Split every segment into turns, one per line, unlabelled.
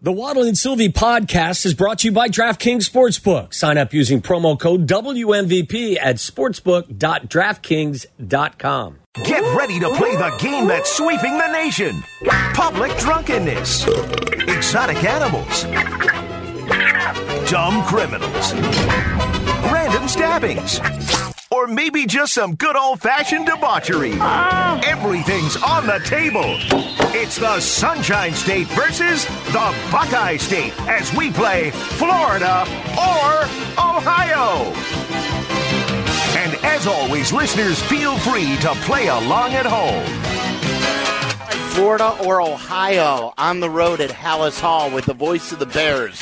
The Waddle and Sylvie podcast is brought to you by DraftKings Sportsbook. Sign up using promo code WMVP at sportsbook.draftkings.com.
Get ready to play the game that's sweeping the nation public drunkenness, exotic animals, dumb criminals, random stabbings, or maybe just some good old fashioned debauchery. Everything's on the table. It's the Sunshine State versus the Buckeye State as we play Florida or Ohio. And as always, listeners, feel free to play along at home.
Florida or Ohio on the road at Hallis Hall with the voice of the Bears.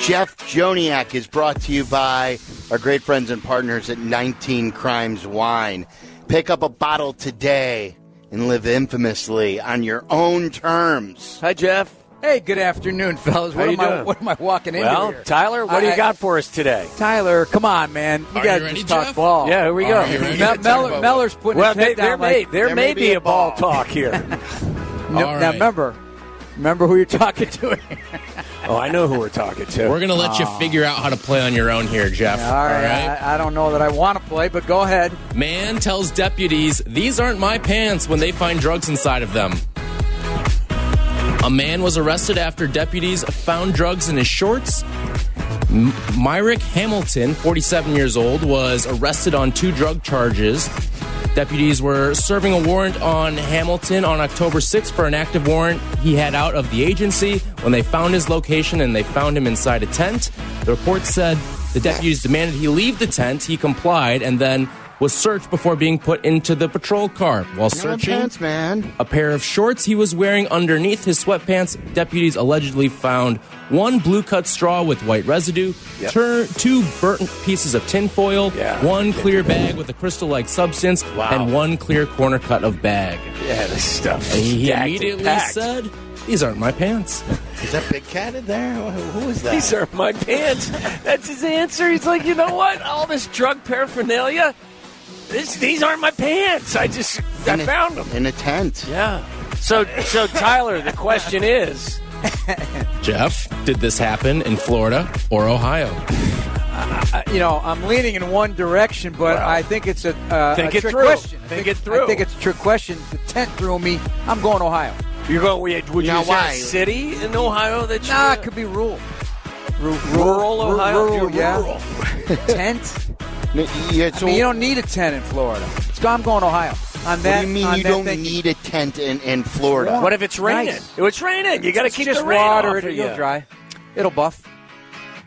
Jeff Joniak is brought to you by our great friends and partners at 19 Crimes Wine. Pick up a bottle today and live infamously on your own terms.
Hi, Jeff.
Hey, good afternoon, fellas. What
you
am I?
doing?
What am I walking into
Well,
here?
Tyler, what do
I-
you got for us today?
Tyler, come on, man. We
Are
got
you
to
ready,
just talk
Jeff?
ball.
Yeah, here we go.
right, ready?
Mel-
Talk
Mel-
about-
Meller's putting
Well,
his head
they, there
down
may
like,
there may be a ball talk here.
no,
All
now
right.
remember, remember who you're talking to. here.
Oh, I know who we're talking to.
We're going to let you figure out how to play on your own here, Jeff.
All right, I, I don't know that I want to play, but go ahead.
Man tells deputies, these aren't my pants when they find drugs inside of them. A man was arrested after deputies found drugs in his shorts. M- Myrick Hamilton, 47 years old, was arrested on two drug charges. Deputies were serving a warrant on Hamilton on October 6th for an active warrant he had out of the agency when they found his location and they found him inside a tent. The report said the deputies demanded he leave the tent. He complied and then was searched before being put into the patrol car. While searching,
pants, man.
a pair of shorts he was wearing underneath his sweatpants. Deputies allegedly found one blue cut straw with white residue, tur- two burnt pieces of tinfoil,
Yeah.
one clear bag with a crystal like substance, and one clear corner cut of bag.
yeah, this stuff.
And
is
he
stacked and
immediately
packed.
said, These aren't my pants.
Is that Big Cat in there? Who who is that?
"These are my pants." That's his answer. He's like, you know what? All this drug paraphernalia. This, these aren't my pants. I just I
in a,
found them.
in a tent.
Yeah. So so Tyler, the question is.
Jeff, did this happen in Florida or Ohio?
You know, I'm leaning in one direction, but I think it's a, uh,
Think
a
it
trick
through.
question. I
Think it through.
I think it's a trick question. The tent threw me. I'm going Ohio.
You're going. Would you
Now,
is there a
why?
city in Ohio that you?
Nah, it could be rural. Ru-
rural
ru-
Ohio.
Rural,
You're
yeah.
rural.
Tent.
No, yeah, so
I mean, you don't need a tent in Florida. It's gone, I'm going to Ohio. On
what
that,
do you mean
on
you
that
don't
thing-
need a tent in, in Florida?
What if it's raining?
Nice.
If it's raining, you got to
It's
keep
just
the rain
water.
off
it'll,
of
it'll
you.
dry. It'll buff.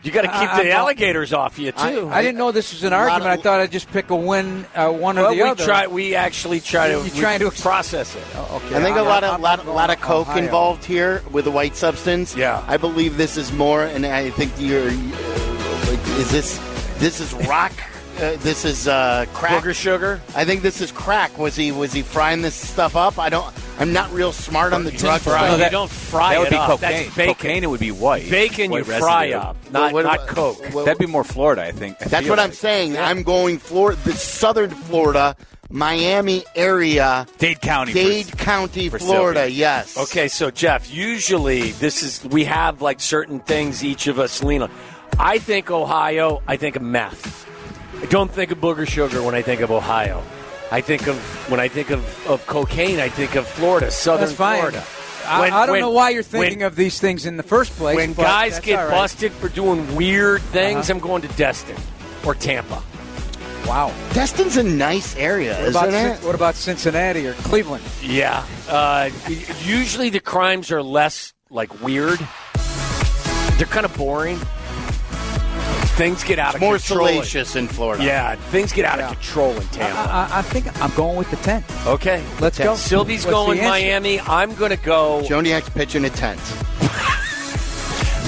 You got to keep
I-
the
I'm-
alligators off you too.
I didn't know this was an argument. I thought I'd just pick a win, uh, one
Well,
or
we
the other.
try. We actually try to.
You're
we
trying to-
process it.
Okay,
I think a
I'm-
lot of
I'm
lot,
going
lot of
to
coke
Ohio.
involved here with the white substance.
Yeah.
I believe this is more, and I think you're. Like, is this this is rock? Uh, this is uh, crack.
Booger sugar.
I think this is crack. Was he was he frying this stuff up? I don't. I'm not real smart on the drug
No,
stuff.
you don't fry
That would
it
be
up.
cocaine.
That's bacon.
Cocaine, it would be white.
Bacon you
White
fry
residue.
up,
Well,
not
what
not
about-
coke.
well,
That'd be more Florida, I think. I
That's
feel
what I'm
like.
saying. I'm going for the southern Florida, Miami area,
Dade County.
Dade
for-
County,
for
Florida.
Sylvia.
Yes.
Okay, so Jeff, usually this is we have like certain things each of us lean on. I think Ohio. I think of meth. I don't think of booger sugar when I think of Ohio. I think of when I think of, of cocaine. I think of Florida, southern
That's fine.
Florida.
I,
When-
I don't
when-
know why you're thinking
when-
of these things in the first place.
When
but
guys
that's
get
all right. Uh-huh.
busted for doing weird things, I'm going to Destin or Tampa.
wow.
Destin's a nice area,
What about,
isn't it?
Cin- what about Cincinnati or Cleveland?
Yeah. Uh, y- usually the crimes are less like weird. They're kind of boring. Things get out of
More
control.
salacious in Florida.
Yeah, things get out
Yeah.
of control in Tampa.
I, I, I think I'm going with the tent.
okay.
Let's go.
Sylvie's
What's
going
the answer?
Miami. I'm going to go.
Joniak's pitching a tent.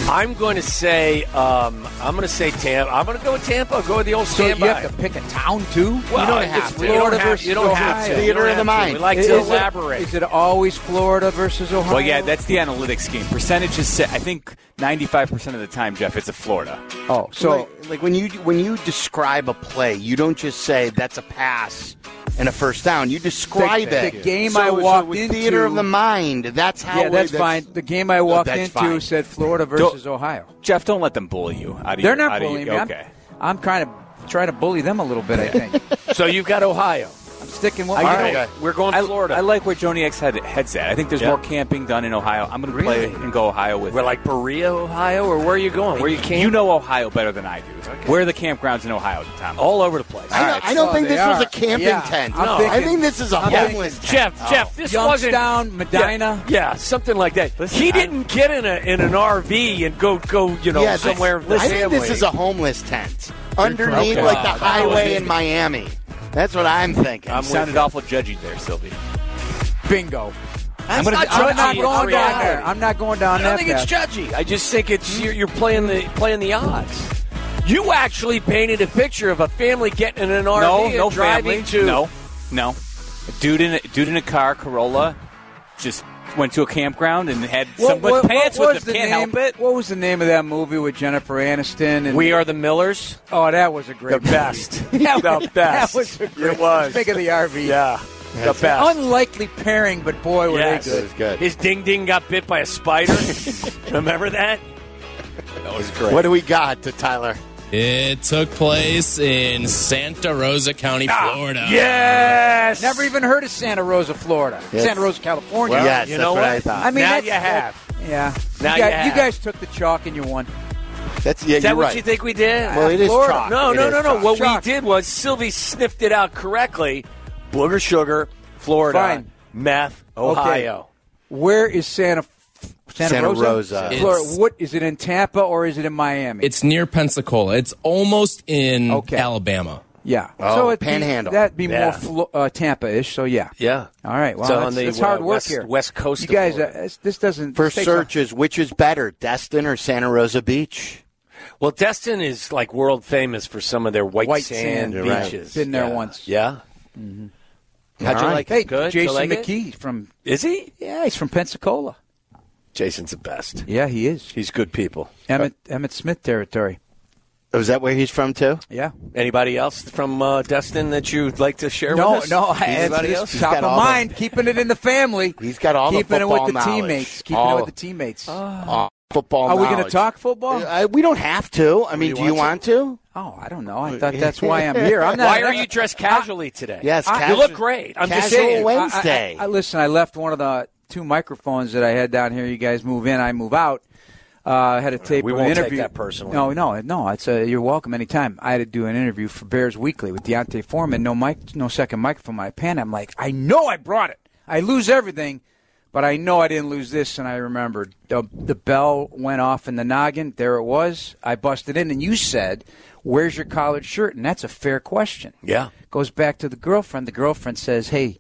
I'm going to say. Um, I'm going to say Tampa. I'm going to go with Tampa. I'll go with the old
So you
standby.
have to pick a town too.
well,
don't
it's
have to.
Florida
Florida
versus
versus
you don't have
Ohio.
to. You
Theater
don't
of the
have to.
mind.
We like
Is
to
it-
elaborate.
Is it always Florida versus Ohio?
Well, yeah, that's the analytics scheme. Percentage is set. I think 95% of the time, Jeff, it's a Florida.
oh, so
like, like when you when you describe a play, you don't just say that's a pass and a first down. You describe
The-
it.
the game
So
I
it's a
walked
Theater
into-
of the mind. That's how.
yeah, that's,
we-
fine. The game I walked
that's
into
fine.
said Florida versus Ohio.
Jeff, don't let them bully you. Out of
They're
your-
not
out of
bullying me.
your,
I'm-
Okay.
I'm, trying to try to bully them a little bit. I think
So you've got Ohio.
I'm sticking with.
I-
All
you
right.
know,
We're going
I,
Florida.
I like where Joni X had heads at. I think there's
Yeah.
more camping done in Ohio. I'm going to play
Really?
and go Ohio with.
We're
it.
like Berea, Ohio, or where are you going? Where you came?
You know Ohio better than I do. Where are the campgrounds in Ohio, Tom?
all over the place.
I, don't- I don't
so
think
they
this was
are.
a camping
Yeah,
tent.
I'm
I
thinking-
think this is a
I'm thinking-
homeless tent.
Jeff, Jeff, this wasn't
Youngstown, Medina.
Yeah, yeah, something like that.
Listen,
he
I-
didn't get in a in an RV and go go you know
yeah, this-
somewhere.
I,
with the
think
family. Ah,
this is a homeless tent underneath,
correct.
like
Wow,
the
that
highway in Miami. That's what I'm thinking.
you sounded awful judgy there, Sylvie.
Bingo.
I'm, not,
I'm not,
judgy.
going
It's
down there.
reality.
I'm not going down
I
that
don't think it's
path.
judgy. I just think it's you're, you're playing the playing the odds. You actually painted a picture of a family getting in an RV
no,
and
no
driving
family.
to
No, no. A dude in a, dude in a car, Corolla, just went to a campground and had someone's pants
what
with
was
them.
the
Can't
name,
help it.
What was the name of that movie with Jennifer Aniston? And
We are the Millers.
Oh, that was a great.
The
movie.
best.
That
The
was-
best.
That was a great.
It was.
Think of the RV.
Yeah, the best.
Unlikely pairing, but boy, were
Yes.
they good.
good.
His ding ding got bit by a spider. Remember that? That was great.
What do we got to Tyler?
It took place in Santa Rosa County,
Ah,
Florida.
Yes.
Never even heard of Santa Rosa, Florida.
Yes.
Santa Rosa, California.
Well, yes,
you
that's
know
what,
what?
I thought.
I mean,
Now
that's,
you have.
Yeah.
Now
you,
you
guys,
have.
guys took the chalk and you won.
That's yeah,
Is that
you're
what
right.
you think we did?
Well, it is
Florida.
chalk.
no,
It
no,
is
no, no.
chalk.
What
Shock.
we did was Sylvie sniffed it out correctly. Booger sugar, Florida,
Fine.
meth, Ohio.
Where is Santa Santa,
Santa
Rosa?
Rosa.
Florida.
It's-
What is it in Tampa or is it in Miami?
It's near Pensacola. It's almost in
Okay.
Alabama.
yeah.
Oh,
so it'd be-
Panhandle.
that'd be
Yeah.
more Flo- uh, Tampa-ish. So yeah.
Yeah.
All right. Well,
So
that's,
on the,
that's hard
uh,
work
west-
here.
west coast
You
of
guys,
Florida.
uh, this- this doesn't.
First
this takes
search is which is better, Destin or Santa Rosa Beach?
Well, Destin is like world famous for some of their white,
White
sand,
sand,
right.
beaches.
Been there
yeah.
once.
Yeah.
How'd you
All right.
like
Hey,
it?
Good, you
Jason
like it?
McKee from
Is he?
yeah, he's from Pensacola.
Jason's the best.
Yeah, he is.
He's good people.
Emmett Emmett Smith territory.
Was that where he's from too?
Yeah.
Anybody else from uh, Destin that you'd like to share
No,
with us?
no, I- it's
Anybody
just
else?
He's
top
got
of
all the-
mind, keeping it in the family.
He's got all the
keeping it
football
with the
knowledge.
teammates. Keeping
All-
it with the teammates.
Football.
Uh, Are we going to
knowledge.
talk football?
Uh, we don't have to. I mean, do you want to?
oh, I don't know. I thought that's why I'm here. I'm not.
Why are you dressed casually today?
Yes,
I-
casual,
You look great. I'm just
casual
saying.
I- I-
Wednesday.
I, listen, I left one of the two microphones that I had down here. You guys move in, I move out. Uh, I had a tape
we
an
won't take
interview.
that personally.
No, no, no. It's uh you're welcome anytime. I had to do an interview for Bears Weekly with Deontay Foreman. No mic, no second microphone. My pen. I'm like, I know I brought it. I lose everything, but I know I didn't lose this. And I remembered the, the bell went off in the noggin. There it was. I busted in, and you said, "Where's your collared shirt?" And that's a fair question.
Yeah.
Goes back to the girlfriend. The girlfriend says, "Hey."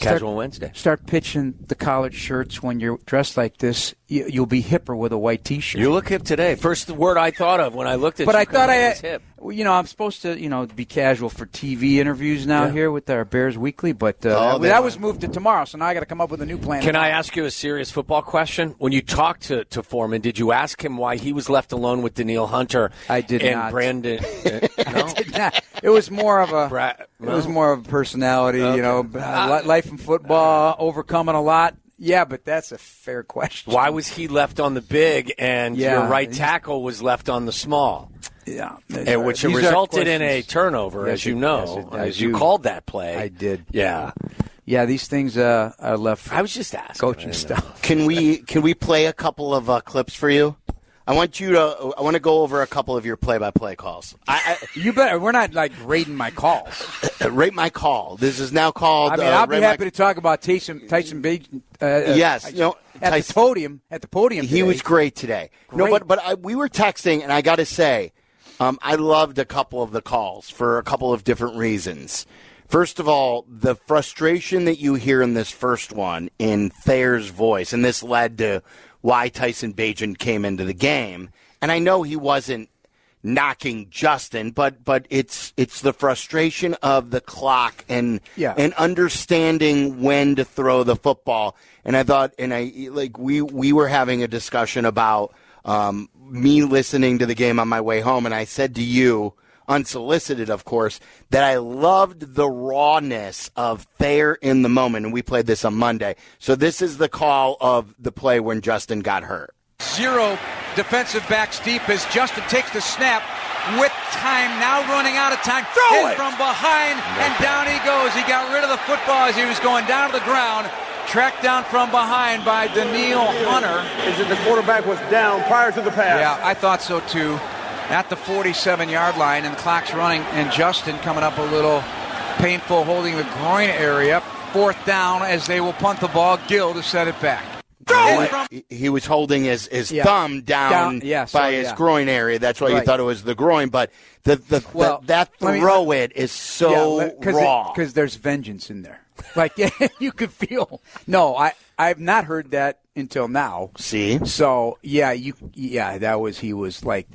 Casual Wednesday.
Start pitching the collared shirts when you're dressed like this. You, you'll be hipper with a white T-shirt.
You look hip today. First word I thought of when I looked at
but
you.
I thought I,
Colin, was
had,
hip.
well, you know, I'm supposed to, you know, be casual for TV interviews now
Yeah. Oh,
here with our Bears Weekly. But uh, that,
they
that
don't-
was moved to tomorrow, so now I got to come up with a new plan.
Can I ask you a serious football question? When you talked to, to Foreman, did you ask him why he was left alone with Daniil Hunter?
I did
and
not.
Brandon. uh, no?
Nah, it was more of a
Bra- Uh,
it was
no.
more of a personality, you know, b- uh, li- life and football, overcoming a lot. Yeah, but that's a fair question.
uh, Why was he left on the big and your
Yeah,
right
he's-
tackle was left on the small?
Yeah,
And which
These are
resulted in a
questions.
turnover,
Yes,
as you
it-
know,
yes, it- I
as you
do.
called that play.
I did.
Yeah.
Yeah, these things uh, are left. For
I was just asking.
coaching stuff.
Can we can we play a couple of uh, clips for you? I want you to. I want to go over a couple of your play-by-play calls.
I, I, you better. We're not like grading my calls.
Uh, rate my call. This is now called.
I mean,
uh,
I'll be
rate
happy
my,
to talk about Tyson Tyson Bage. Uh,
Yes,
Tyson,
you know,
at
Tyson-
the podium. At the podium,
He
today.
was great today. No,
Great.
but but I, we were texting, and I got to say, um, I loved a couple of the calls for a couple of different reasons. First of all, the frustration that you hear in this first one in Thayer's voice, and this led to why Tyson Bajan came into the game. And I know he wasn't knocking Justin, but but it's it's the frustration of the clock and
Yeah.
and understanding when to throw the football. And I thought, and I like we we were having a discussion about um, me listening to the game on my way home, and I said to you. unsolicited, of course, that I loved the rawness of Thayer in the moment. And we played this on Monday. So this is the call of the play when Justin got hurt.
Zero defensive backs deep as Justin takes the snap with time now running out of time.
Throw
In
it!
from behind and down he goes. He got rid of the football as he was going down to the ground. Tracked down from behind by Daniil Hunter.
is that the quarterback was down prior to the pass.
Yeah, I thought so too. At the 47 yard line, and the clock's running, and Justin coming up a little painful holding the groin area. Fourth down as they will punt the ball. Gill to set it back. And
Oh,
from-
He- He was holding his, his
Yeah.
thumb down,
Down- yeah, so,
by his
yeah.
groin area. That's why you
Right.
thought it was the groin. But the, the, the-
Well,
that
let me-
throw it is so raw.
because there's vengeance in there. Like you could feel. No, I I've not heard that until now.
See?
So yeah, you yeah that was he was like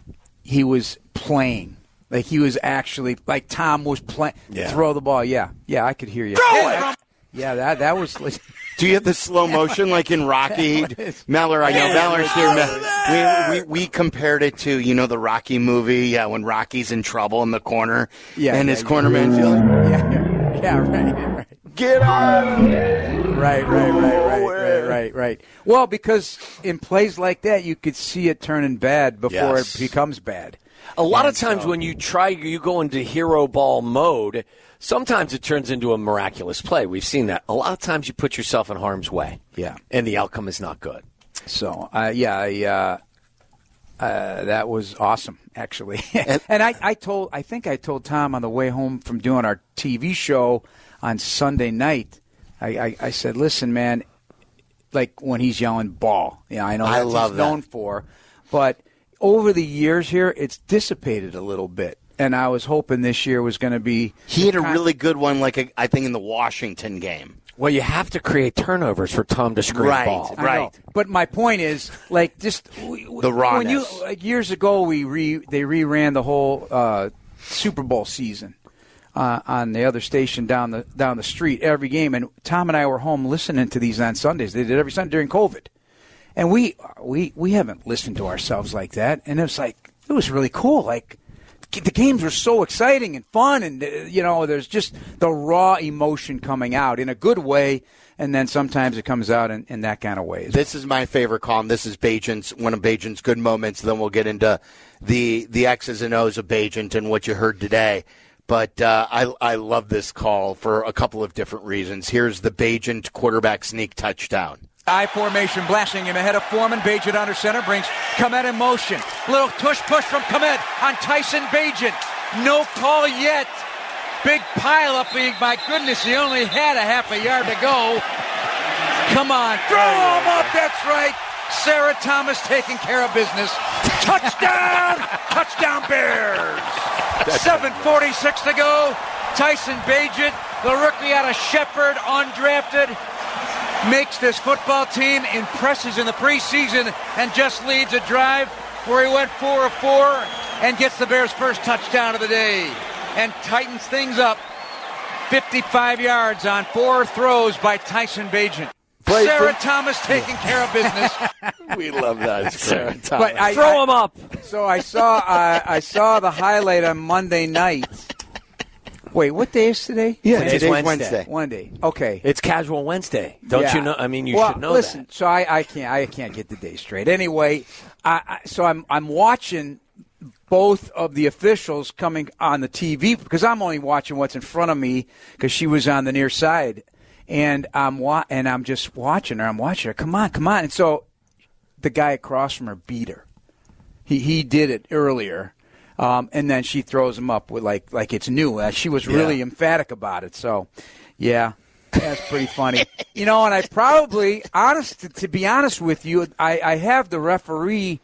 he was playing like he was actually like Tom was playing throw the ball. Yeah, yeah, I could hear you. Throw it. Yeah, that that was. like-
Do you have the slow motion like in Rocky? Mellor, I know Mellor's here. Mel- We, we, we compared it to, you know, the Rocky movie, yeah, when Rocky's in trouble in the corner.
Yeah,
And
yeah,
his
yeah.
cornerman
Mm.
feels,
Yeah, yeah, right, right.
get on!
Right, right, right, right, right, right, right. Well, because in plays like that, you could see it turning bad before
Yes.
it becomes bad.
A lot of times when you try, you go into hero ball mode. Sometimes it turns into a miraculous play. We've seen that. A lot of times you put yourself in harm's way.
Yeah.
And the outcome is not good.
So, uh, yeah, I, uh, uh, that was awesome, actually. and I, I told, I think I told Tom on the way home from doing our TV show on Sunday night. I, I, I said, "Listen, man, like when he's yelling ball. Yeah, I know
I
that's what
love
he's
that.
known for. But over the years here, it's dissipated a little bit. And I was hoping this year was going to be
He had a really good one, like, a, I think, in the Washington game.
Well, you have to create turnovers for Tom to screen
Right.
ball.
I know. But my point is, like, just we- we-
The
When you
rawness.
like, years ago, we re they reran the whole uh, Super Bowl season uh, on the other station down the down the street every game, and Tom and I were home listening to these on Sundays. They did every Sunday during COVID, and we we we haven't listened to ourselves like that, and it was like it was really cool, like. The games were so exciting and fun, and uh, you know, there's just the raw emotion coming out in a good way, and then sometimes it comes out in, in that kind of way. as
This is my favorite column. This is Bajan's, one of Bajan's good moments. Then we'll get into the, the X's and O's of Bajan and what you heard today. But uh, I, I love this call for a couple of different reasons. Here's the Bajan quarterback sneak touchdown.
I formation blasting him ahead of Foreman. Bajan under center brings Komet in motion. Little tush push from Komet on Tyson Bajan. No call yet. Big pile up. My goodness, he only had a half a yard to go. Come on, throw him up. That's right. Sarah Thomas taking care of business. Touchdown! Touchdown Bears! 7.46 to go. Tyson Bajan, the rookie out of Shepherd, undrafted makes this football team, impresses in the preseason, and just leads a drive where he went four of four and gets the Bears' first touchdown of the day and tightens things up. 55 yards on four throws by Tyson Bajan. Sarah Thomas taking care of business.
We love that. It's great.
but I,
Throw him up.
so I saw uh, I saw the highlight on Monday night. Wait, what day is today?
Yeah,
Today's
today's
Wednesday.
Wednesday.
One day. Okay.
It's casual Wednesday. Don't
Yeah.
you know? I mean, you
Well,
should know
listen,
that.
so I, I can't I can't get the day straight. Anyway, I, I so I'm I'm watching both of the officials coming on the TV because I'm only watching what's in front of me because she was on the near side, and I'm wa- and I'm just watching her. I'm watching her. Come on, come on. And so the guy across from her beat her. He he did it earlier. Um, and then she throws him up with like like it's new. Uh, she was really emphatic about it. So, yeah, that's pretty funny. you know, and I probably honest to, to be honest with you, I, I have the referee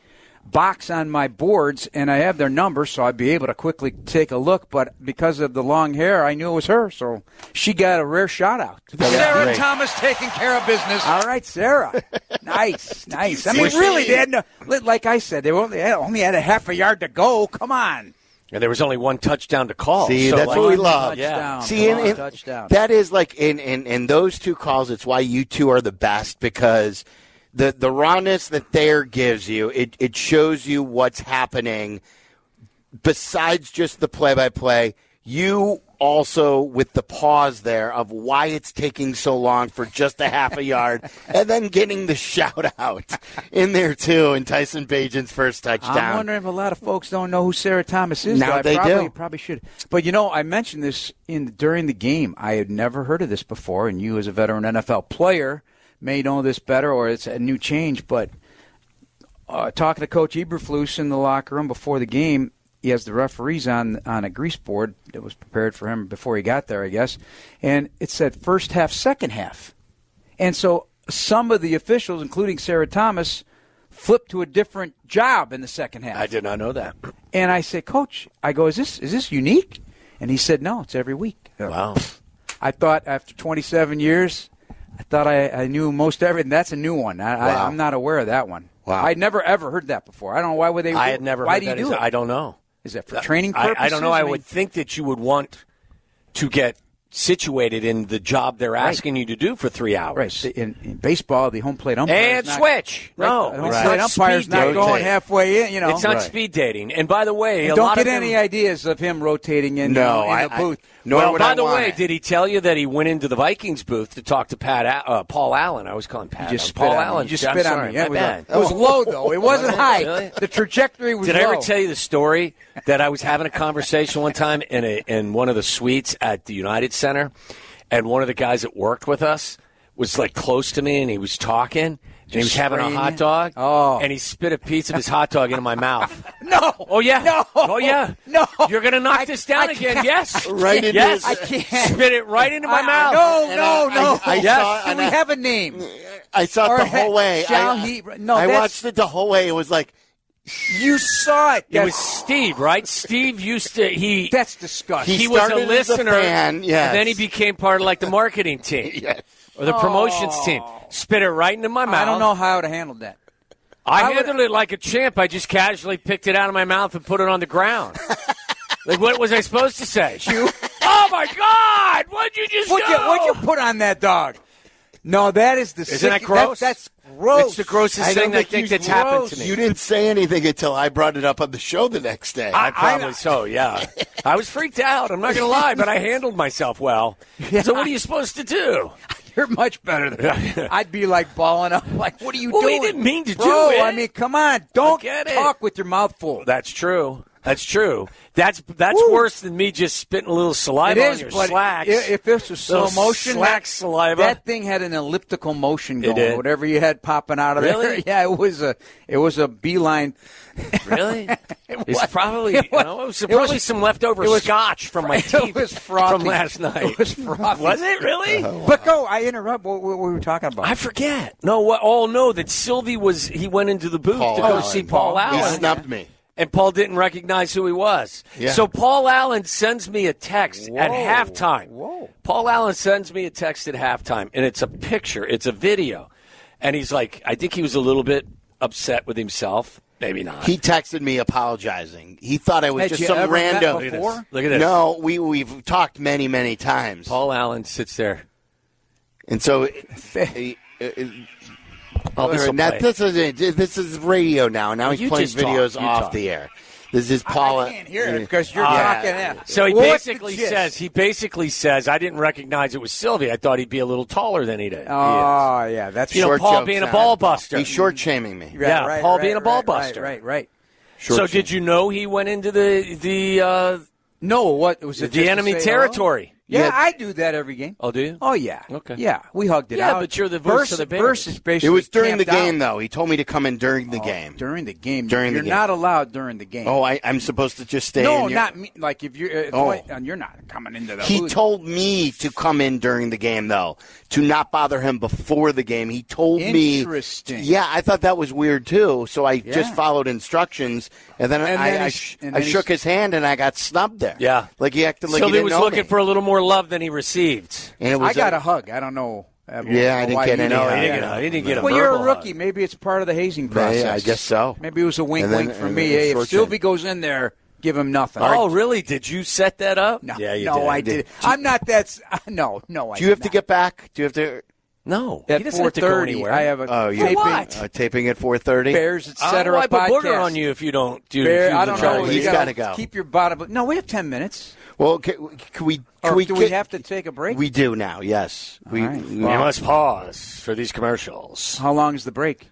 box on my boards and I have their number, so I'd be able to quickly take a look. But because of the long hair, I knew it was her, so she got a rare shout out.
Sarah great.
Thomas taking care of business. All right, Sarah. Nice, nice. I mean, really, they had no, li- like I said, they only had, only had a half a yard to go. Come on.
And there was only one touchdown to call.
See,
so,
that's
like,
what we love.
Touchdown.
See,
Come
and,
on,
and
touchdown.
that is like in, in in those two calls. It's why you two are the best because the the rawness that Thayer gives you, it it shows you what's happening besides just the play by play, you also with the pause there of why it's taking so long for just a half a yard and then getting the shout out in there too in Tyson Bajan's first touchdown.
I'm wondering if a lot of folks don't know who Sarah Thomas is.
Now
though. I
they
probably,
do.
Probably should. But you know, I mentioned this in during the game. I had never heard of this before, and you, as a veteran NFL player, may know this better, or it's a new change. But uh, talking to Coach Eberflus in the locker room before the game, he has the referees on on a grease board that was prepared for him before he got there, I guess, and it said first half, second half, and so some of the officials, including Sarah Thomas, flipped to a different job in the second half.
I did not know that.
And I said, Coach, I go, is this is this unique? And he said, No, it's every week.
Wow.
I thought after 27 years, I thought I, I knew most everything. That's a new one. I,
Wow.
I, I'm not aware of that one.
Wow.
I'd never ever heard that before. I don't know why would they.
I had never.
Why
heard
do
that
you do
either.
it?
I don't know.
Is that for training
I,
purposes?
I don't know. I,
mean,
would think that you would want to get situated in the job they're asking you to do for three hours.
Right in, in baseball, the home plate umpire
And
is not-
switch.
Right,
No,
the home
it's
plate
not
umpire's
speed
not
dating.
going halfway in. You know,
It's not
Right.
speed dating. And by the way,
And
a
don't
lot
get
of them-
any ideas of him rotating in,
No,
in
I-
the
I-
booth.
nor
well,
would
by
I
the
want
way,
it.
did he tell you that he went into the Vikings booth to talk to Pat A- uh, Paul Allen? I was calling Pat.
You just
Paul
spit on
Allen.
Me. You just
I'm
spit
sorry,
on me. Yeah,
my
it, was
bad.
it was low though. It wasn't high.
Really?
The trajectory was
Did I
low.
ever tell you the story that I was having a conversation one time in a in one of the suites at the United Center, and one of the guys that worked with us was like close to me, and he was talking, and he was having a
spraying
hot
you?
dog,
Oh.
and he spit a piece of his hot dog into my mouth.
No.
Oh yeah.
No.
Oh yeah.
No.
You're gonna knock this down again. Yes.
Right into
Yes.
his- I
can't.
Spit it right into my
I-
mouth.
No,
And
no,
I-
no.
I- I
yes.
saw-
Do we
and I-
have a name?
I saw it
Or
the whole way.
shall
I,
he- no,
I
that's-
watched it the whole way. It was like
You saw it.
It was Steve, right? Steve used to he
that's disgusting.
He
he was a
started as a
listener,
fan, yes.
and then he became part of like the marketing team
yes.
or the promotions team. Spit it right into my mouth.
I don't know how to handle that.
I,
I would-
handled it like a champ. I just casually picked it out of my mouth and put it on the ground. like what was I supposed to say? Oh my God! What'd you just
What
do?
you, what you put on that dog? No, that is the.
Isn't that
sick-
gross?
that's gross.
It's the grossest
I don't
thing I
think
think
you-
that's happened to
gross.
me.
You didn't say anything until I brought it up on the show the next day.
I probably so, yeah. I was freaked out. I'm not going to lie, but I handled myself well. So what are you supposed to do?
You're much better than that. I'd be like balling up. Like, what are you
Well, he
doing?
didn't mean to do
Bro,
it.
I mean, come on. Don't
get it.
talk with your mouth full.
That's true. That's true. That's that's
Woo.
worse than me just spitting a little
It
saliva on
is,
your
but
slacks.
i- if this was slow
Little
motion,
slack
that,
saliva.
That thing had an elliptical motion going.
did.
Whatever you had popping out of
Really?
there, yeah, it was a it was a beeline.
really? It's
was-
probably
it
you
was-
know, it was
it
probably
was-
some leftover
it was-
scotch from my teeth
It was frothy
from last night.
It was frothy. Uh-huh.
Was it really?
But go. I interrupt what, what we were talking about.
I forget. No, what? Oh no, that Sylvie was. He went into the booth
Paul
to go
Allen.
see Paul
he
Allen.
snubbed me.
and Paul didn't recognize who he was.
Yeah.
So Paul Allen sends me a text at halftime.
Whoa.
Paul Allen sends me a text at halftime, and it's a picture, it's a video. And he's like, I think he was a little bit upset with himself. Maybe not.
He texted me apologizing. He thought I was
Had
just
you
some
ever met
random.
Look at this. before?
Look at this.
No, we we've talked many many times,
Paul Allen sits there.
and so. uh, it- it- it-
Oh, this will
now,
play.
this is it. this is radio now. Now he's
you
playing
just talk.
videos
You
off
talk.
the air. This is Paul. uh,
I can't hear it because you're
Yeah.
talking. Yeah.
Uh, So he
What's the
basically
gist?
says he basically says I didn't recognize it was Sylvie. I thought he'd be a little taller than he did.
"Oh yeah, that's
You know,
Short
Paul
jokes
being a
on
ball
it.
buster.
He's short shaming me.
right,
yeah,
right,
Paul
right,
being a ball
right,
buster.
Right, right, right.
so did you know he went into the the uh,
No, what was it? just
the
to
enemy
say hello?
territory?
Yeah,
Yeah.
I do that every game.
Oh, do you?
Oh yeah.
Okay.
Yeah, we hugged it
Yeah,
out.
but you're the voice
verse
of the Bears.
versus basically
It was during the
camped out Oh,
game, though. He told me to come in during the game.
During the game.
During the
you're
game.
not allowed during the game.
Oh, I, I'm supposed to just stay.
no,
in your-
not me. Like if you're, if
Oh.
I- and you're not coming into the.
He
booth.
told me to come in during the game, though, to not bother him before the game. He told me.
Interesting.
Yeah, I thought that was weird too. So I just
Yeah.
followed instructions, and then
And
I,
then
I,
he-
sh-
and
I
then he-
shook his hand, and I got snubbed there.
Yeah.
like he acted like he
Sylvia
didn't
was
know
looking
me.
for a little more love than he received.
And it
I
was
got
a-
a hug. I don't know. uh,
Yeah, I didn't
why
get
you
any
No,
Yeah,
he didn't
yeah.
get a, he didn't get a
Well, you're a
verbal hug.
rookie. Maybe it's part of the hazing
Yeah,
process.
yeah, I guess so.
Maybe it was a wink,
And then-
wink for
and
me.
then
Hey, if
short
Sylvie
shot.
goes in there, give him nothing.
Oh, really? Did you set that up?
no,
Yeah, you
no,
did.
I did. I'm not that. s- No, no, I.
Do you have
did
to
not.
get back? Do you have to?
No,
At
he doesn't have to go
4:30,
anywhere.
I have a
Oh, you're
taping,
what?
uh, taping at 4:30.
Bears,
Uh,
etc.
why put booger
podcast.
on you if you don't do?
Bear,
if you
I don't
try
know.
to
He's
You
leave?
gotta
gotta go.
Keep your bottom. No, we have ten minutes.
Well, can, can we? Can
Or
we
do we
get-
have to take a break?
We do now. Yes, we.
right.
we-
We must pause for these commercials.
How long is the break?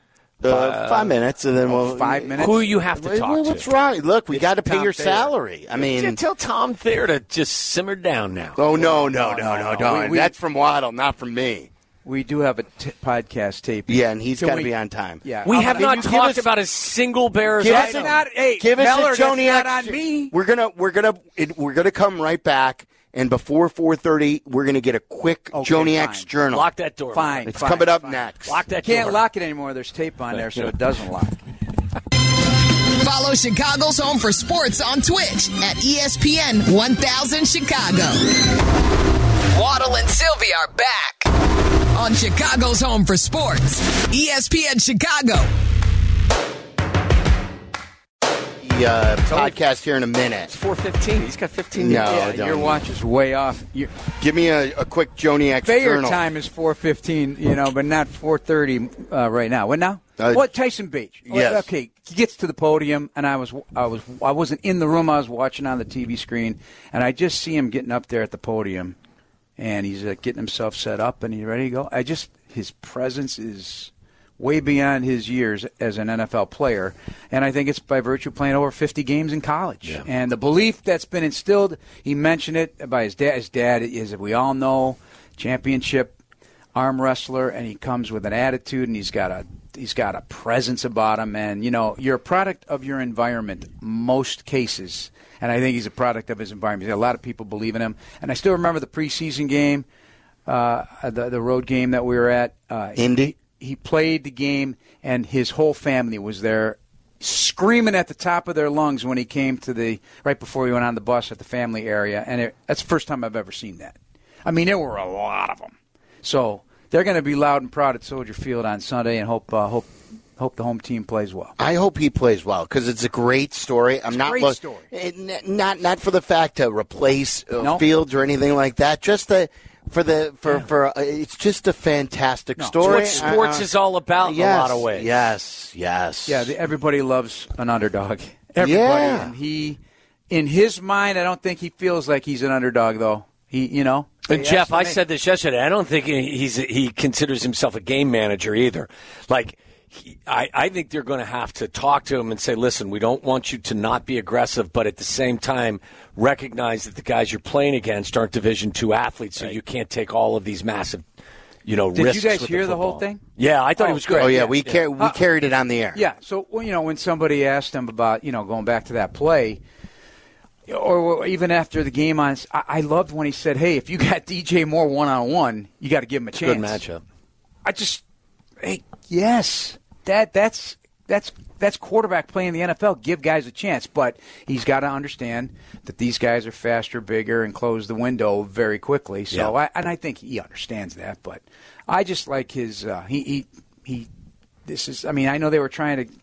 uh, five minutes, and then we'll
Five minutes.
Who you have to
Wait,
talk
wait,
to?
what's wrong? Look, we got to pay
Tom
your
Thayer.
salary. I mean,
Tell Tom Thayer to just simmer down now.
oh no, no, no, no, no.
We- we-
That's from Waddle, not from me.
We do have a t- podcast tape.
Yeah, and he's
Can
got to
we-
be on time.
Yeah.
We
I'll-
have
can
not
you give
talked
us-
about a single Bears
Give us
That's
item.
not. Hey,
Give us
Meller,
a Joni
that's
X-
not on me.
We're gonna, we're gonna, it, we're gonna come right back, and before four thirty, we're gonna get a quick
Okay,
Joni X
fine.
journal.
Lock that door.
Fine.
It's
fine,
coming up
fine.
next.
Lock that
Can't
door.
lock it anymore. There's tape on there, so it doesn't lock.
Follow Chicago's Home for Sports on Twitch at E ESPN 1000 Chicago. Waddle and Sylvie are back on Chicago's Home for Sports, E ESPN Chicago.
the uh, podcast here in a minute.
Four fifteen. He's got fifteen.
No,
yeah,
don't.
your watch is way off. Your
Give me a, a quick Joni X
Bayer
journal.
time is 4:15, you know, but not 4:30 uh, right now. What now?
Uh,
what Tyson Beach?
yes.
Okay, he gets to the podium, and I was, I was, I wasn't in the room. I was watching on the TV screen, and I just see him getting up there at the podium, and he's uh, getting himself set up, and he's ready to go. I just, his presence is way beyond his years as an NFL player, and I think it's by virtue of playing over 50 games in college. And the belief that's been instilled, he mentioned it by his dad. His dad is, we all know, championship arm wrestler, and he comes with an attitude, and he's got a he's got a presence about him, and you know you're a product of your environment most cases, and I think he's a product of his environment. A lot of people believe in him, and I still remember the preseason game, uh, the the road game that we were at. Uh,
Indy?
he played the game, and his whole family was there. Screaming at the top of their lungs when he came to the right before he went on the bus at the family area, and it, that's the first time I've ever seen that. I mean, there were a lot of them. So they're going to be loud and proud at Soldier Field on Sunday, and hope uh, hope hope the home team plays well.
I hope he plays well because it's a great story. I'm not
great
look-
story.
it- n- not not for the fact to replace uh,
No.
Fields or anything like that. Just the for the for for uh, it's just a fantastic story. Uh,
It's what sports is all about in a
yes,
lot of ways.
Yes, yes,
Yeah, the, everybody loves an underdog. Everybody,
Yeah.
and he in his mind, I don't think he feels like he's an underdog though. He, you know,
And
They asked
Jeff, I
me-
said this yesterday. I don't think he- he's he considers himself a game manager either. Like, he, I I think they're going to have to talk to him and say, "Listen, we don't want you to not be aggressive, but at the same time, recognize that the guys you're playing against aren't Division two athletes, so you can't take all of these massive, you know,
Did you
risks."
guys
with
hear the whole
football.
thing?
Yeah, I thought it was great.
Oh yeah, we car- we
Uh,
carried it on the air.
Yeah. So well, you know, when somebody asked him about you know going back to that play, or, or even after the game on, I, I loved when he said, "Hey, if you got DJ Moore one on one, you got to give him a chance."
good matchup.
I just, hey, yes, that that's that's that's quarterback play in the NFL. Give guys a chance, but he's got to understand that these guys are faster, bigger, and close the window very quickly. So, I, and I think he understands that. But I just like his uh, he he he. This is, I mean, I know they were trying to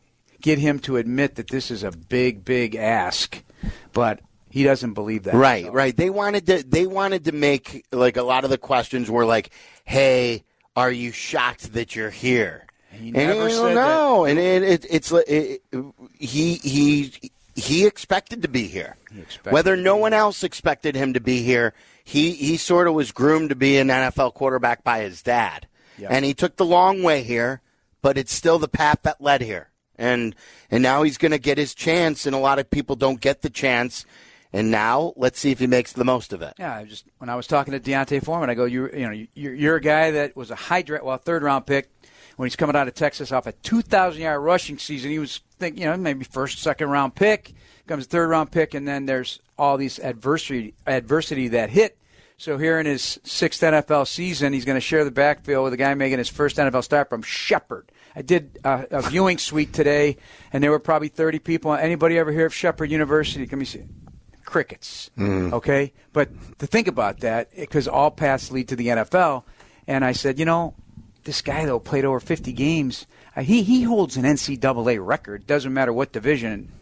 get him to admit that this is a big, big ask, but he doesn't believe that.
Right,
So-
right. They wanted to they wanted to make like a lot of the questions were like, "Hey, are you shocked that you're here?" He
never
he-
said
no, and it, it, it's like- it, it- he he he expected to be here.
expected
Whether no one else expected him to be here, he he sort of was groomed to be an NFL quarterback by his dad, and he took the long way here, but it's still the path that led here. And and now he's going to get his chance, and a lot of people don't get the chance. And now let's see if he makes the most of it.
Yeah, I just when I was talking to Deontay Foreman, I go, you you know, you're, you're a guy that was a high draft, well, third round pick when he's coming out of Texas off a 2,000 yard rushing season. He was think you know maybe first, second round pick, comes third round pick, and then there's all these adversity adversity that hit. So here in his sixth NFL season, he's going to share the backfield with a guy making his first NFL start from Shepard. I did uh, a viewing suite today, and there were probably 30 people. Anybody ever hear of Shepard University? Can we see? crickets. Okay, but to think about that, because all paths lead to the NFL, and I said, you know, this guy though played over 50 games. Uh, he he holds an NCAA record. Doesn't matter what division.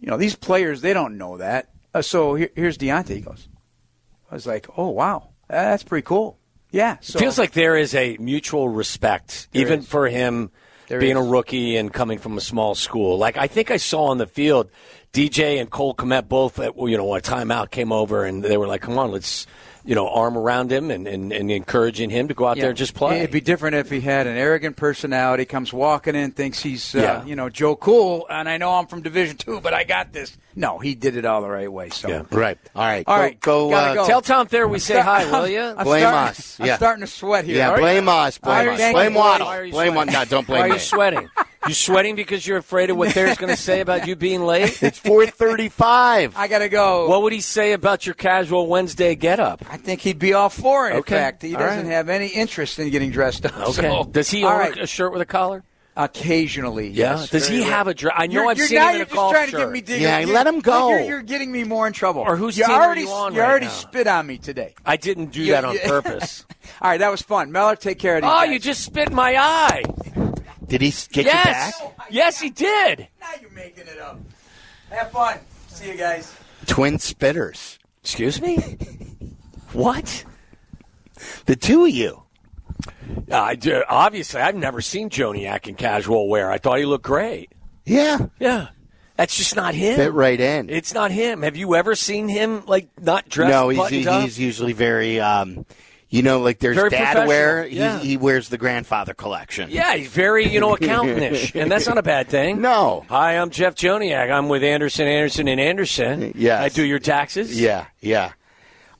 You know, these players they don't know that. Uh, so here, here's Deontay. He goes. I was like, oh wow, that's pretty cool. Yeah. So
Feels like there is a mutual respect, even
is.
for him being a rookie and coming from a small school. Like I think I saw on the field, DJ and Cole Komet both, at, you know, a timeout came over and they were like, "Come on, let's." You know, arm around him and, and, and encouraging him to go out there and just play.
It'd be different if he had an arrogant personality, comes walking in, thinks he's, uh,
Yeah.
you know, Joe Cool, and I know I'm from Division Two, but I got this. No, he did it all the right way. So,
Yeah.
Right. All right.
all
go,
right,
Go.
gotta
uh,
go.
Tell Tom there we say hi, will
I'm-
you?
I'm
Blame
starting-
us.
I'm
Yeah.
starting to sweat here.
Yeah,
All right.
blame us. Blame
Irish
us.
Yankees,
Blame
why
Waddle.
are you
Blame Waddle. No, don't
Why are
blame
you
me.
sweating? You sweating because you're afraid of what they're going to say about you being late?
It's 435.
I gotta go.
What would he say about your casual Wednesday getup?
I think he'd be all for it. In
Okay.
fact, he
All
doesn't
right.
have any interest in getting dressed up.
Okay.
So-
Does he
All
own
right.
a shirt with a collar?
Occasionally, yes.
Does he
Very rare.
have a dr I know
you're,
I've
you're,
seen him
now
in
you're
a
just
golf
trying
shirt.
to get me. Digger.
Yeah,
You-
let him go.
You're, you're getting me more in trouble.
Or whose
you
team are
already,
you on
You
right
already
now?
spit on me today.
I didn't do
You-
that on
you-
purpose.
All right, that was fun. Mellor, take care of these
oh,
guys.
you just spit in my eye.
Did he s- get
Yes.
you
Yes, he did.
Now you're making it up. Have fun. See you guys.
back? Twin spitters.
Excuse me? What?
The two of you.
I do, obviously, I've never seen Joniak in casual wear. I thought he looked great.
Yeah.
Yeah. That's just not him.
Fit right in.
It's not him. Have you ever seen him like not dressed?
no, he's,
buttoned up?
he's usually very, um, you know, like there's
Very
dad wear.
professional, yeah.
He, he wears the grandfather collection.
Yeah, he's very, you know, accountantnish, and that's not a bad thing.
No.
Hi, I'm Jeff Joniak. I'm with Anderson, Anderson, and Anderson.
Yes.
I do your taxes.
Yeah, yeah.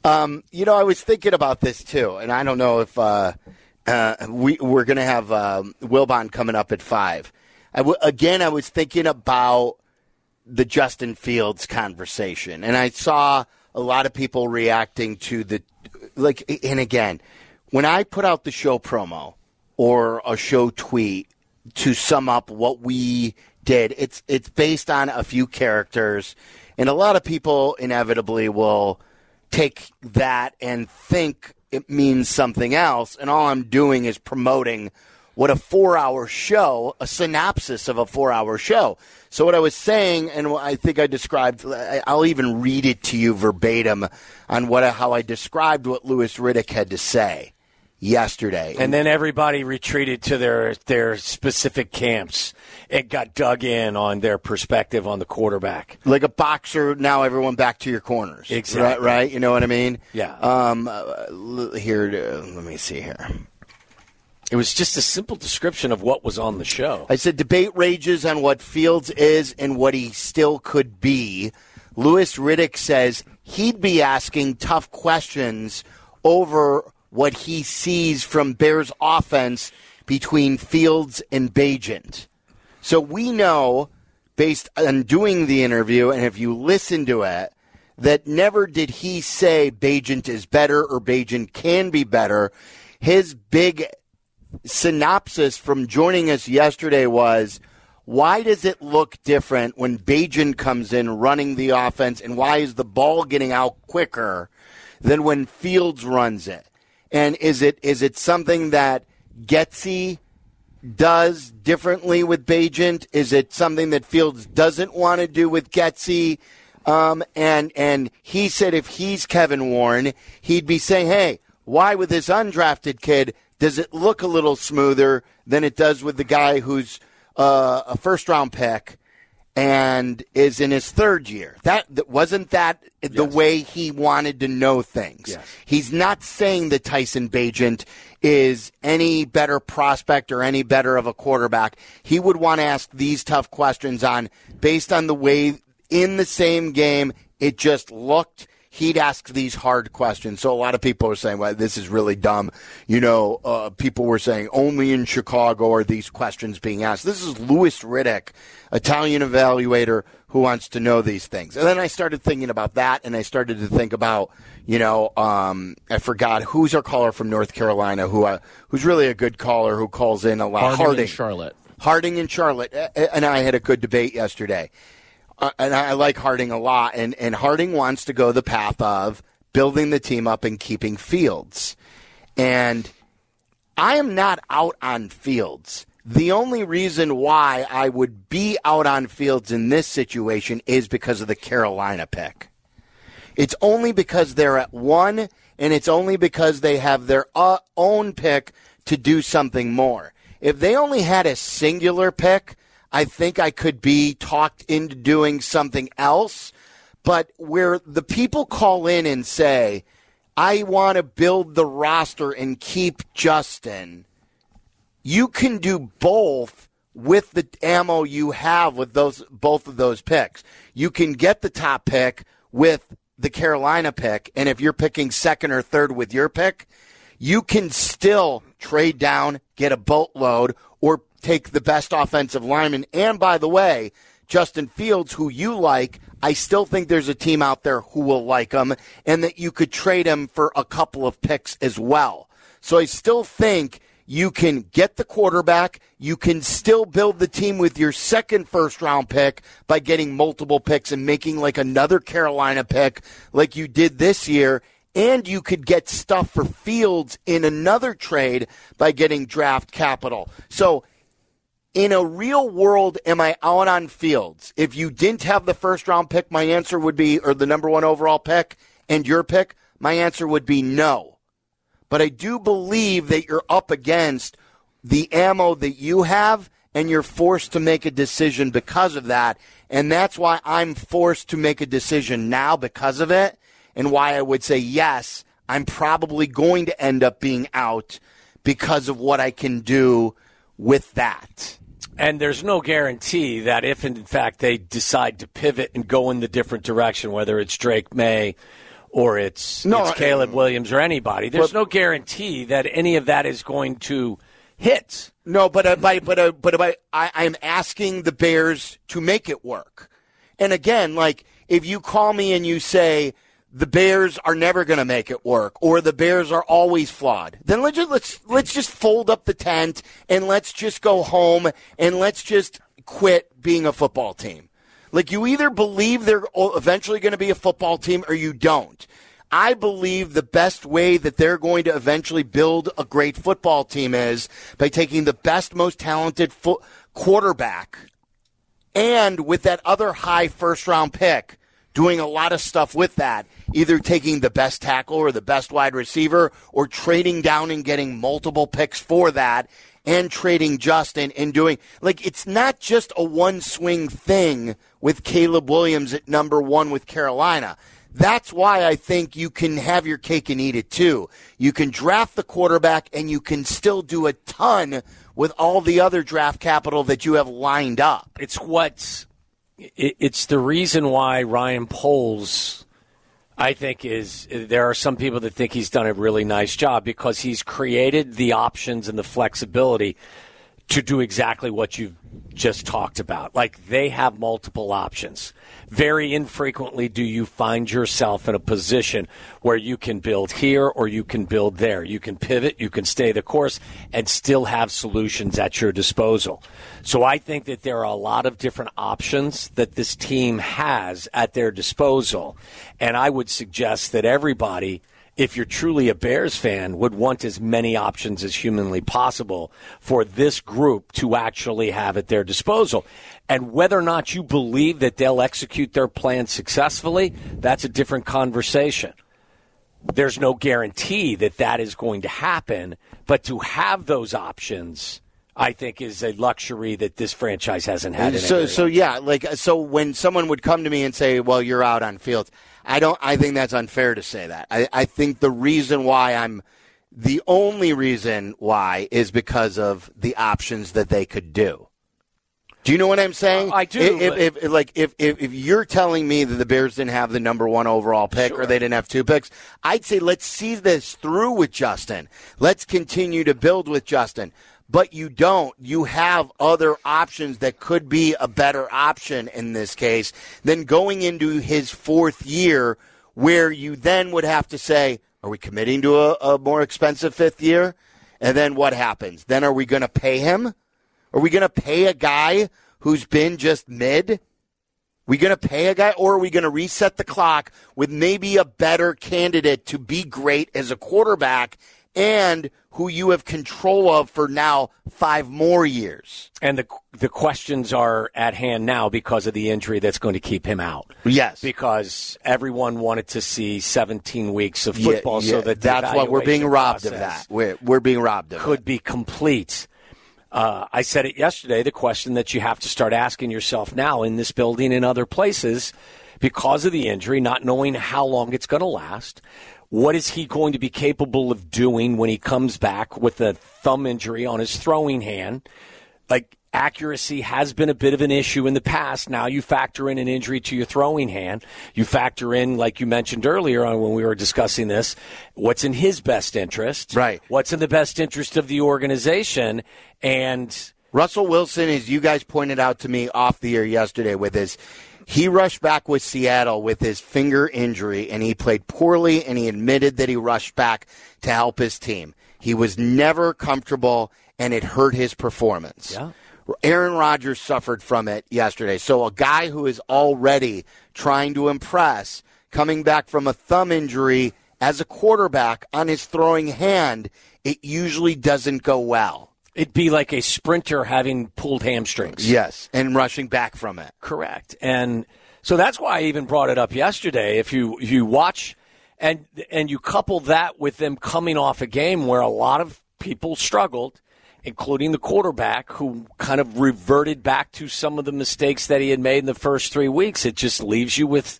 Um, you know, I was thinking about this too, and I don't know if uh, uh, we we're going to have um, Wilbon coming up at five. I w- again, I was thinking about the Justin Fields conversation, and I saw a lot of people reacting to the like. And again, when I put out the show promo or a show tweet to sum up what we did, it's it's based on a few characters, and a lot of people inevitably will take that and think it means something else, and all I'm doing is promoting what a four hour show, a synopsis of a four hour show. So, what I was saying, and what I think I described, I- I'll even read it to you verbatim on what how I described what Lewis Riddick had to say yesterday.
And then everybody retreated to their their specific camps and got dug in on their perspective on the quarterback.
like a boxer, now everyone back to your corners.
Exactly.
Right? right? You know what I mean?
Yeah.
Um, uh, l- here, uh, let me see here.
It was just a simple description of what was on the show.
I said debate rages on what Fields is and what he still could be. Lewis Riddick says he'd be asking tough questions over what he sees from Bears offense between Fields and Bajent. So we know, based on doing the interview, and if you listen to it, that never did he say Bajent is better or Bajent can be better. His big synopsis from joining us yesterday was why does it look different when Bajan comes in running the offense and why is the ball getting out quicker than when Fields runs it? And is it is it something that Getzey does differently with Bajent? Is it something that Fields doesn't want to do with Getzey? Um, and and he said if he's Kevin Warren, he'd be saying, "Hey, why with this undrafted kid does it look a little smoother than it does with the guy who's uh, a first round pick and is in his third year?" That, that wasn't that the way he wanted to know things. He's not saying that Tyson Bajent is any better prospect or any better of a quarterback. He would want to ask these tough questions on based on the way in the same game. It just looked he'd ask these hard questions. So a lot of people were saying, "Well, this is really dumb." You know, uh, people were saying only in Chicago are these questions being asked. This is Louis Riddick, Italian evaluator who wants to know these things. And then I started thinking about that, and I started to think about, you know, um, I forgot who's our caller from North Carolina who uh, who's really a good caller who calls in a lot.
Harding in
Harding
Charlotte.
Harding and Charlotte uh, and I had a good debate yesterday. Uh, and I like Harding a lot. And, and Harding wants to go the path of building the team up and keeping Fields. And I am not out on Fields. The only reason why I would be out on Fields in this situation is because of the Carolina pick. It's only because they're at one and it's only because they have their uh, own pick to do something more. If they only had a singular pick, I think I could be talked into doing something else. But where the people call in and say, I want to build the roster and keep Justin, you can do both with the ammo you have with those both of those picks. You can get the top pick with the Carolina pick, and if you're picking second or third with your pick, you can still trade down, get a boatload, or take the best offensive lineman. And by the way, Justin Fields, who you like, I still think there's a team out there who will like him, and that you could trade him for a couple of picks as well. So I still think you can get the quarterback. You can still build the team with your second first round pick by getting multiple picks and making like another Carolina pick like you did this year. And you could get stuff for Fields in another trade by getting draft capital. So, in a real world, am I out on Fields? If you didn't have the first round pick, my answer would be, or the number one overall pick and your pick, my answer would be no but I do believe that you're up against the ammo that you have and you're forced to make a decision because of that. And that's why I'm forced to make a decision now because of it and why I would say, yes, I'm probably going to end up being out because of what I can do with that.
And there's no guarantee that if, in fact, they decide to pivot and go in the different direction, whether it's Drake May, or it's,
No,
it's
I-
Caleb Williams or anybody. There's no guarantee that any of that is going to hit.
No, but uh, by, but uh, but by, I, I'm asking the Bears to make it work. And again, like if you call me and you say the Bears are never going to make it work, or the Bears are always flawed, then let's just, let's let's just fold up the tent and let's just go home and let's just quit being a football team. Like you either believe they're o- eventually going to be a football team or you don't. I believe the best way that they're going to eventually build a great football team is by taking the best, most talented fo- quarterback and with that other high first round pick, doing a lot of stuff with that, either taking the best tackle or the best wide receiver or trading down and getting multiple picks for that and trading Justin and doing like it's not just a one swing thing with Caleb Williams at number one with Carolina. That's why I think you can have your cake and eat it too. You can draft the quarterback and you can still do a ton with all the other draft capital that you have lined up.
It's what it, it's the reason why Ryan Poles I think is there are some people that think he's done a really nice job because he's created the options and the flexibility to do exactly what you've just talked about. Like they have multiple options. Very infrequently do you find yourself in a position where you can build here or you can build there. You can pivot, you can stay the course, and still have solutions at your disposal. So I think that there are a lot of different options that this team has at their disposal. And I would suggest that everybody if you're truly a Bears fan, would want as many options as humanly possible for this group to actually have at their disposal. And whether or not you believe that they'll execute their plan successfully, that's a different conversation. There's no guarantee that that is going to happen, but to have those options, I think, is a luxury that this franchise hasn't had. in a
so
very
so yeah like uh, so when someone would come to me and say well you're out on fields i don't i think that's unfair to say that i, I think the reason why i'm the only reason why is because of the options that they could do do you know what I'm saying?
Uh, I do,
If,
but-
if, if like if, if if you're telling me that the Bears didn't have the number one overall pick or they didn't have two picks, I'd say let's see this through with Justin. Let's continue to build with Justin. But you don't. You have other options that could be a better option in this case than going into his fourth year, where you then would have to say, are we committing to a, a more expensive fifth year? And then what happens? Then are we going to pay him? Are we going to pay a guy who's been just mid? We going to pay a guy, or are we going to reset the clock with maybe a better candidate to be great as a quarterback and who you have control of for now five more years.
And the the questions are at hand now because of the injury that's going to keep him out.
Yes.
Because everyone wanted to see 17 weeks of
Yeah,
football
yeah,
so that the
that's why we're being
evaluation
robbed of
process
that. We're, we're being robbed of
could be complete. Uh, I said it yesterday. The question that you have to start asking yourself now in this building and other places, because of the injury, not knowing how long it's going to last, what is he going to be capable of doing when he comes back with a thumb injury on his throwing hand? Like accuracy has been a bit of an issue in the past. Now you factor in an injury to your throwing hand. You factor in, like you mentioned earlier on when we were discussing this, what's in his best interest.
Right.
What's in the best interest of the organization? And
Russell Wilson, as you guys pointed out to me off the air yesterday, with his he rushed back with Seattle with his finger injury and he played poorly and he admitted that he rushed back to help his team. He was never comfortable and it hurt his performance.
Yeah.
Aaron Rodgers suffered from it yesterday. So a guy who is already trying to impress, coming back from a thumb injury as a quarterback on his throwing hand, it usually doesn't go well.
it'd be like a sprinter having pulled hamstrings.
Yes, and rushing back from it.
Correct. And so that's why I even brought it up yesterday. If you if you watch and and you couple that with them coming off a game where a lot of people struggled, including the quarterback who kind of reverted back to some of the mistakes that he had made in the first 3 weeks, it just leaves you with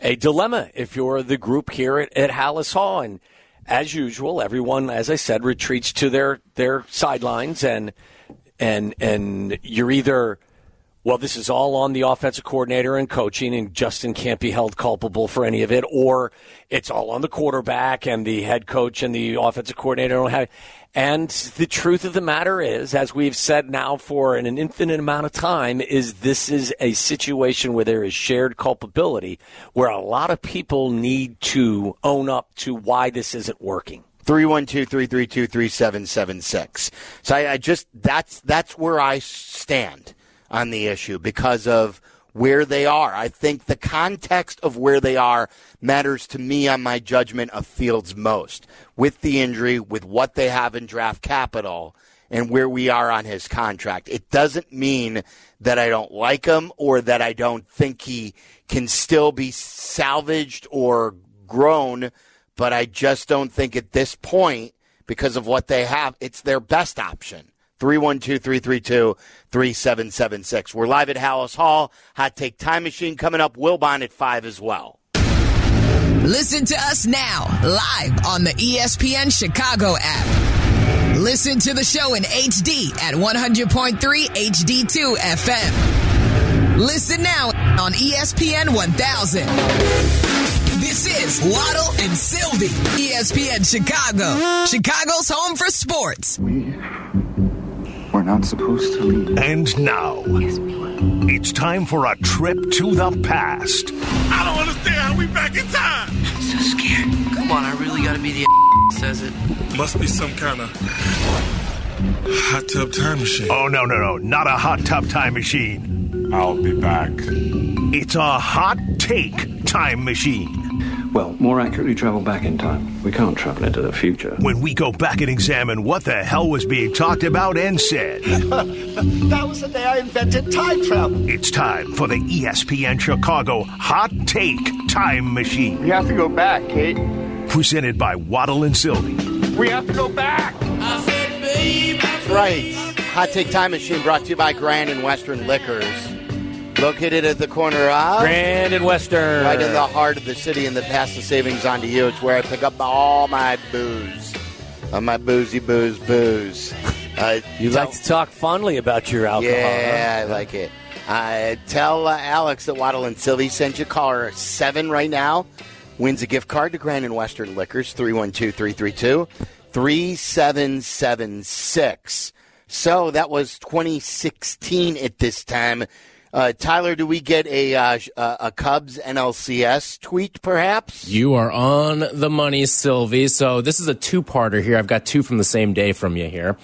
a dilemma if you're the group here at, at Hallis Hall and as usual, everyone, as I said, retreats to their their sidelines and and and you're either well, this is all on the offensive coordinator and coaching, and Justin can't be held culpable for any of it, or it's all on the quarterback and the head coach and the offensive coordinator don't have. And the truth of the matter is, as we've said now for an infinite amount of time, is this is a situation where there is shared culpability, where a lot of people need to own up to why this isn't working.
312-332-3776. So I, I just that's that's where I stand on the issue because of where they are. I think the context of where they are matters to me on my judgment of Fields most with the injury, with what they have in draft capital and where we are on his contract. It doesn't mean that I don't like him or that I don't think he can still be salvaged or grown, but I just don't think at this point, because of what they have, it's their best option. 312 332 3776. We're live at Hallis Hall. Hot Take Time Machine coming up. Will Bond at 5 as well.
Listen to us now, live on the E ESPN Chicago app. Listen to the show in HD at 100.3 HD2 FM. Listen now on E ESPN 1000. This is Waddle and Sylvie, E ESPN Chicago, Chicago's home for sports.
We're not supposed to leave. And now, it's time for a trip to the past.
I don't understand how we back in time. I'm so scared. Come on, I really gotta be the says it. Must be some kind of
Hot tub time machine. Oh, no, no, no. Not a hot tub time machine. I'll be back. It's a hot take time machine.
Well, more accurately, travel back in time. We can't travel into the future.
When we go back and examine what the hell was being talked about and said.
that was the day I invented time travel.
It's time for the E ESPN Chicago Hot Take Time Machine. We have to go back, Kate. Presented by Waddle and Sylvie.
We have to go back. I said, baby.
That's right. Hot Take Time Machine brought to you by Grand and Western Liquors. Located at the corner of
Grand and Western.
Right in the heart of the city and the pass the savings on to you. It's where I pick up all my booze. Uh, my boozy booze booze. Uh,
You like to talk fondly about your alcohol.
yeah, I like it. Uh, tell uh, Alex that Waddle and Sylvie sent you caller seven right now. Wins a gift card to Grand and Western Liquors, 312 332 3776. So that was 2016 at this time. Uh, Tyler, do we get a, uh, sh- a a Cubs NLCS tweet, perhaps?
You are on the money, Sylvie. So this is a two-parter here. I've got two from the same day from you here.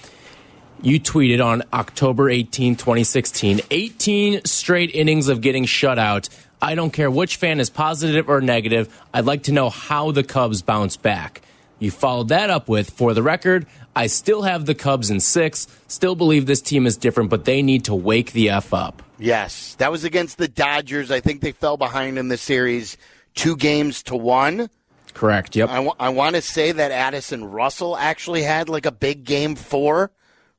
You tweeted on October 18, 2016, 18 straight innings of getting shut out. I don't care which fan is positive or negative. I'd like to know how the Cubs bounce back. You followed that up with, for the record, I still have the Cubs in six, still believe this team is different, but they need to wake the F up.
Yes, that was against the Dodgers. I think they fell behind in the series two games to one.
Correct. Yep.
I want to say that Addison Russell actually had like a big game for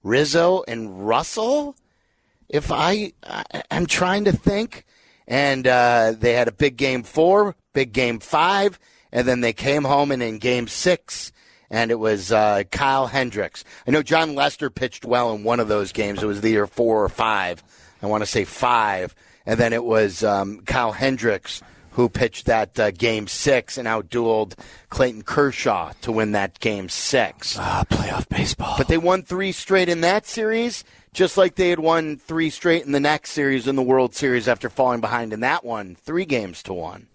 Rizzo and Russell. If I, I I'm trying to think, and uh, they had a big game four, big game five, and then they came home and in game six, and it was uh, Kyle Hendricks. I know John Lester pitched well in one of those games. It was the year four or five. I want to say five, and then it was um, Kyle Hendricks who pitched that uh, game six and outdueled Clayton Kershaw to win that game six.
Ah, playoff baseball.
But they won three straight in that series, just like they had won three straight in the next series in the World Series after falling behind in that one, three games to one.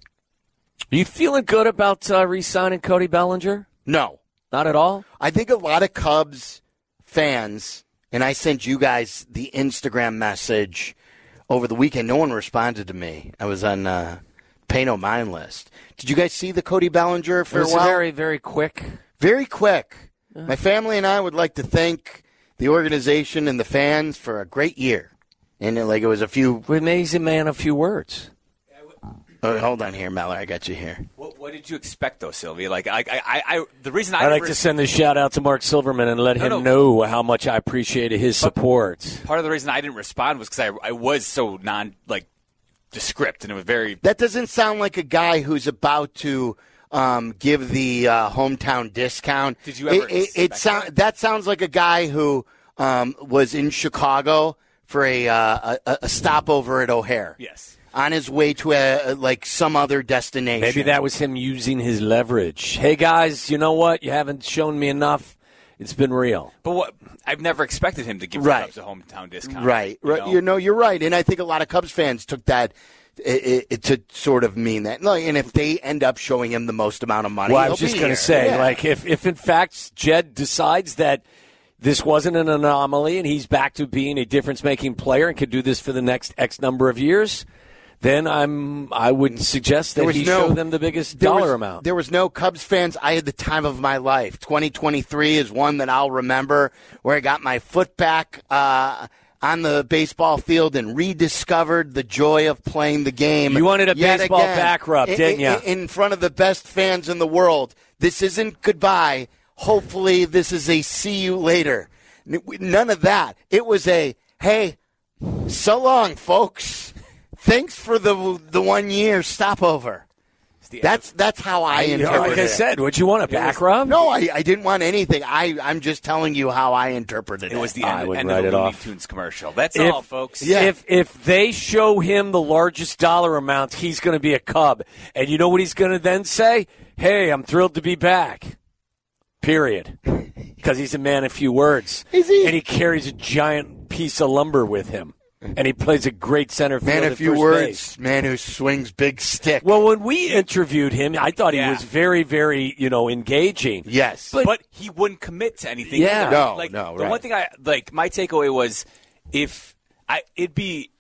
Are you feeling good about uh, re-signing Cody Bellinger?
No,
not at all.
I think a lot of Cubs fans, and I sent you guys the Instagram message over the weekend. No one responded to me. I was on. Uh, pay no mind list. Did you guys see the Cody Bellinger
It was
farewell?
very, very quick.
Very quick. My family and I would like to thank the organization and the fans for a great year. And it, like it was a few
amazing man, a few words.
Oh, hold on here, Mellor. I got you here.
What, what did you expect, though, Sylvia? Like, I, I, I, I the reason I
I'd like
never-
to send a shout out to Mark Silverman and let
No,
him
no.
know how much I appreciated his support.
part of the reason I didn't respond was because I, I was so non like descript and it was very
That doesn't sound like a guy who's about to um, give the uh, hometown discount.
Did you ever
It, it, it
expect
sound, that sounds like a guy who um, was in Chicago for a, uh, a a stopover at O'Hare.
Yes.
On his way to a, like some other destination.
Maybe that was him using his leverage. Hey guys, you know what? You haven't shown me enough. It's been real.
But what I've never expected him to give
Right.
the Cubs a hometown discount.
Right,
you
right.
know?
You know, you're right, and I think a lot of Cubs fans took that i i to sort of mean that. Like, And if they end up showing him the most amount of money,
Well, I
he'll
was just
be
going
here.
to say,
Yeah.
like, if, if in fact Jed decides that this wasn't an anomaly and he's back to being a difference making player and could do this for the next X number of years, then I'm I would suggest that he show them the biggest
there
dollar
was-
amount.
There was no Cubs fans. I had the time of my life. 2023 is one that I'll remember where I got my foot back uh, on the baseball field and rediscovered the joy of playing the game.
You wanted a
yet
baseball
again,
back rub,
in-
didn't ya?
In, in front of the best fans in the world. This isn't goodbye. Hopefully, this is a see you later. N- None of that. It was a hey, so long, folks. Thanks for the the one year stopover. That's that's how I
You know,
interpret
like
it.
I said, would you want a back rub?
No, I, I didn't want anything. I I'm just telling you how I interpreted it.
it was the
I
end,
would
end
write
of
it
the Looney
off.
Tunes commercial. That's
If-
all, folks.
If if they show him the largest dollar amount, he's going to be a Cub. And you know what he's going to then say? Hey, I'm thrilled to be back. Period. Because he's a man of few words.
Is he?
And he carries a giant piece of lumber with him. And he plays a great center field.
man
at
of few
first
words,
base.
man who swings big stick.
Well, when we interviewed him, I thought he
Yeah.
was very, very, you know, engaging.
yes,
but, he wouldn't commit to anything.
Yeah.
either.
No,
like,
no,
The
right.
one thing I like, my takeaway was, if I, it'd be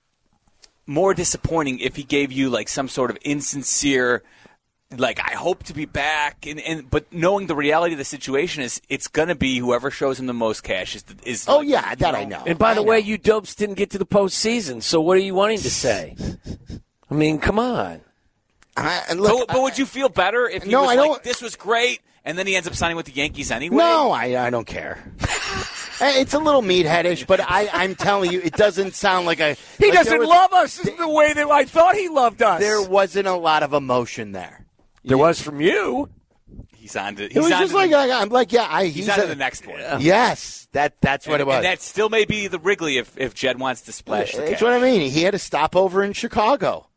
more disappointing if he gave you like some sort of insincere, like I hope to be back, and, and but knowing the reality of the situation is, it's gonna be whoever shows him the most cash is. is
oh
like,
yeah, that I know.
And by the
I
way,
know.
you dopes didn't get to the postseason, so what are you wanting to say? I mean, come on.
I, and
But,
look,
but would you feel better if he
No,
was
I
like,
don't-
"This was great," and then he ends up signing with the Yankees anyway?
No, I I don't care. Eh, it's a little meatheadish, but I I'm telling you, it doesn't sound like a.
He
like there
doesn't
was-
love us in the way that I thought he loved us.
There wasn't a lot of emotion there.
There was from you.
he's on to. He's
It was
on
just
to the-
like I, I'm like yeah, I
he's,
he's
on to
a-
the next one.
Yes, that that's what
and,
it was.
and that still may be the Wrigley if, if Jed wants to splash the
That's
cash.
what I mean. He had a stopover in Chicago.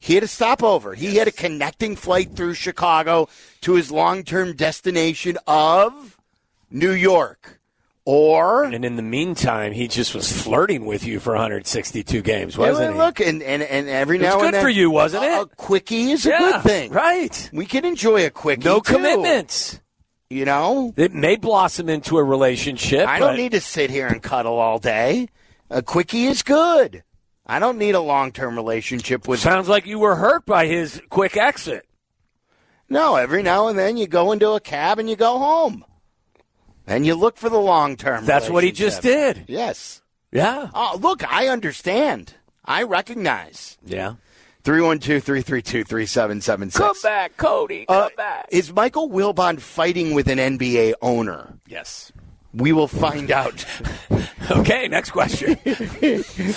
He had a stopover. He had a connecting flight through Chicago to his long term destination of New York. Or
And in the meantime, he just was flirting with you for 162 games,
Yeah,
wasn't he?
look, and, and, and every
was
now
good
and then,
for you, wasn't
a,
it?
A quickie is
Yeah,
a good thing.
Right.
We can enjoy a quickie.
No
too,
commitments.
You know?
It may blossom into a relationship.
I don't
but-
need to sit here and cuddle all day. A quickie is good. I don't need a long term relationship with
Sounds like you were hurt by his quick exit.
No, every now and then you go into a cab and you go home. And you look for the long term.
That's what he just did.
Yes.
Yeah.
Oh, look, I understand. I recognize.
Yeah.
312 332 3776.
Come back, Cody. Come
Uh,
back.
Is Michael Wilbon fighting with an NBA owner?
Yes.
We will find out.
okay, next question.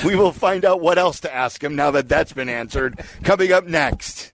we will find out what else to ask him now that that's been answered. Coming up next.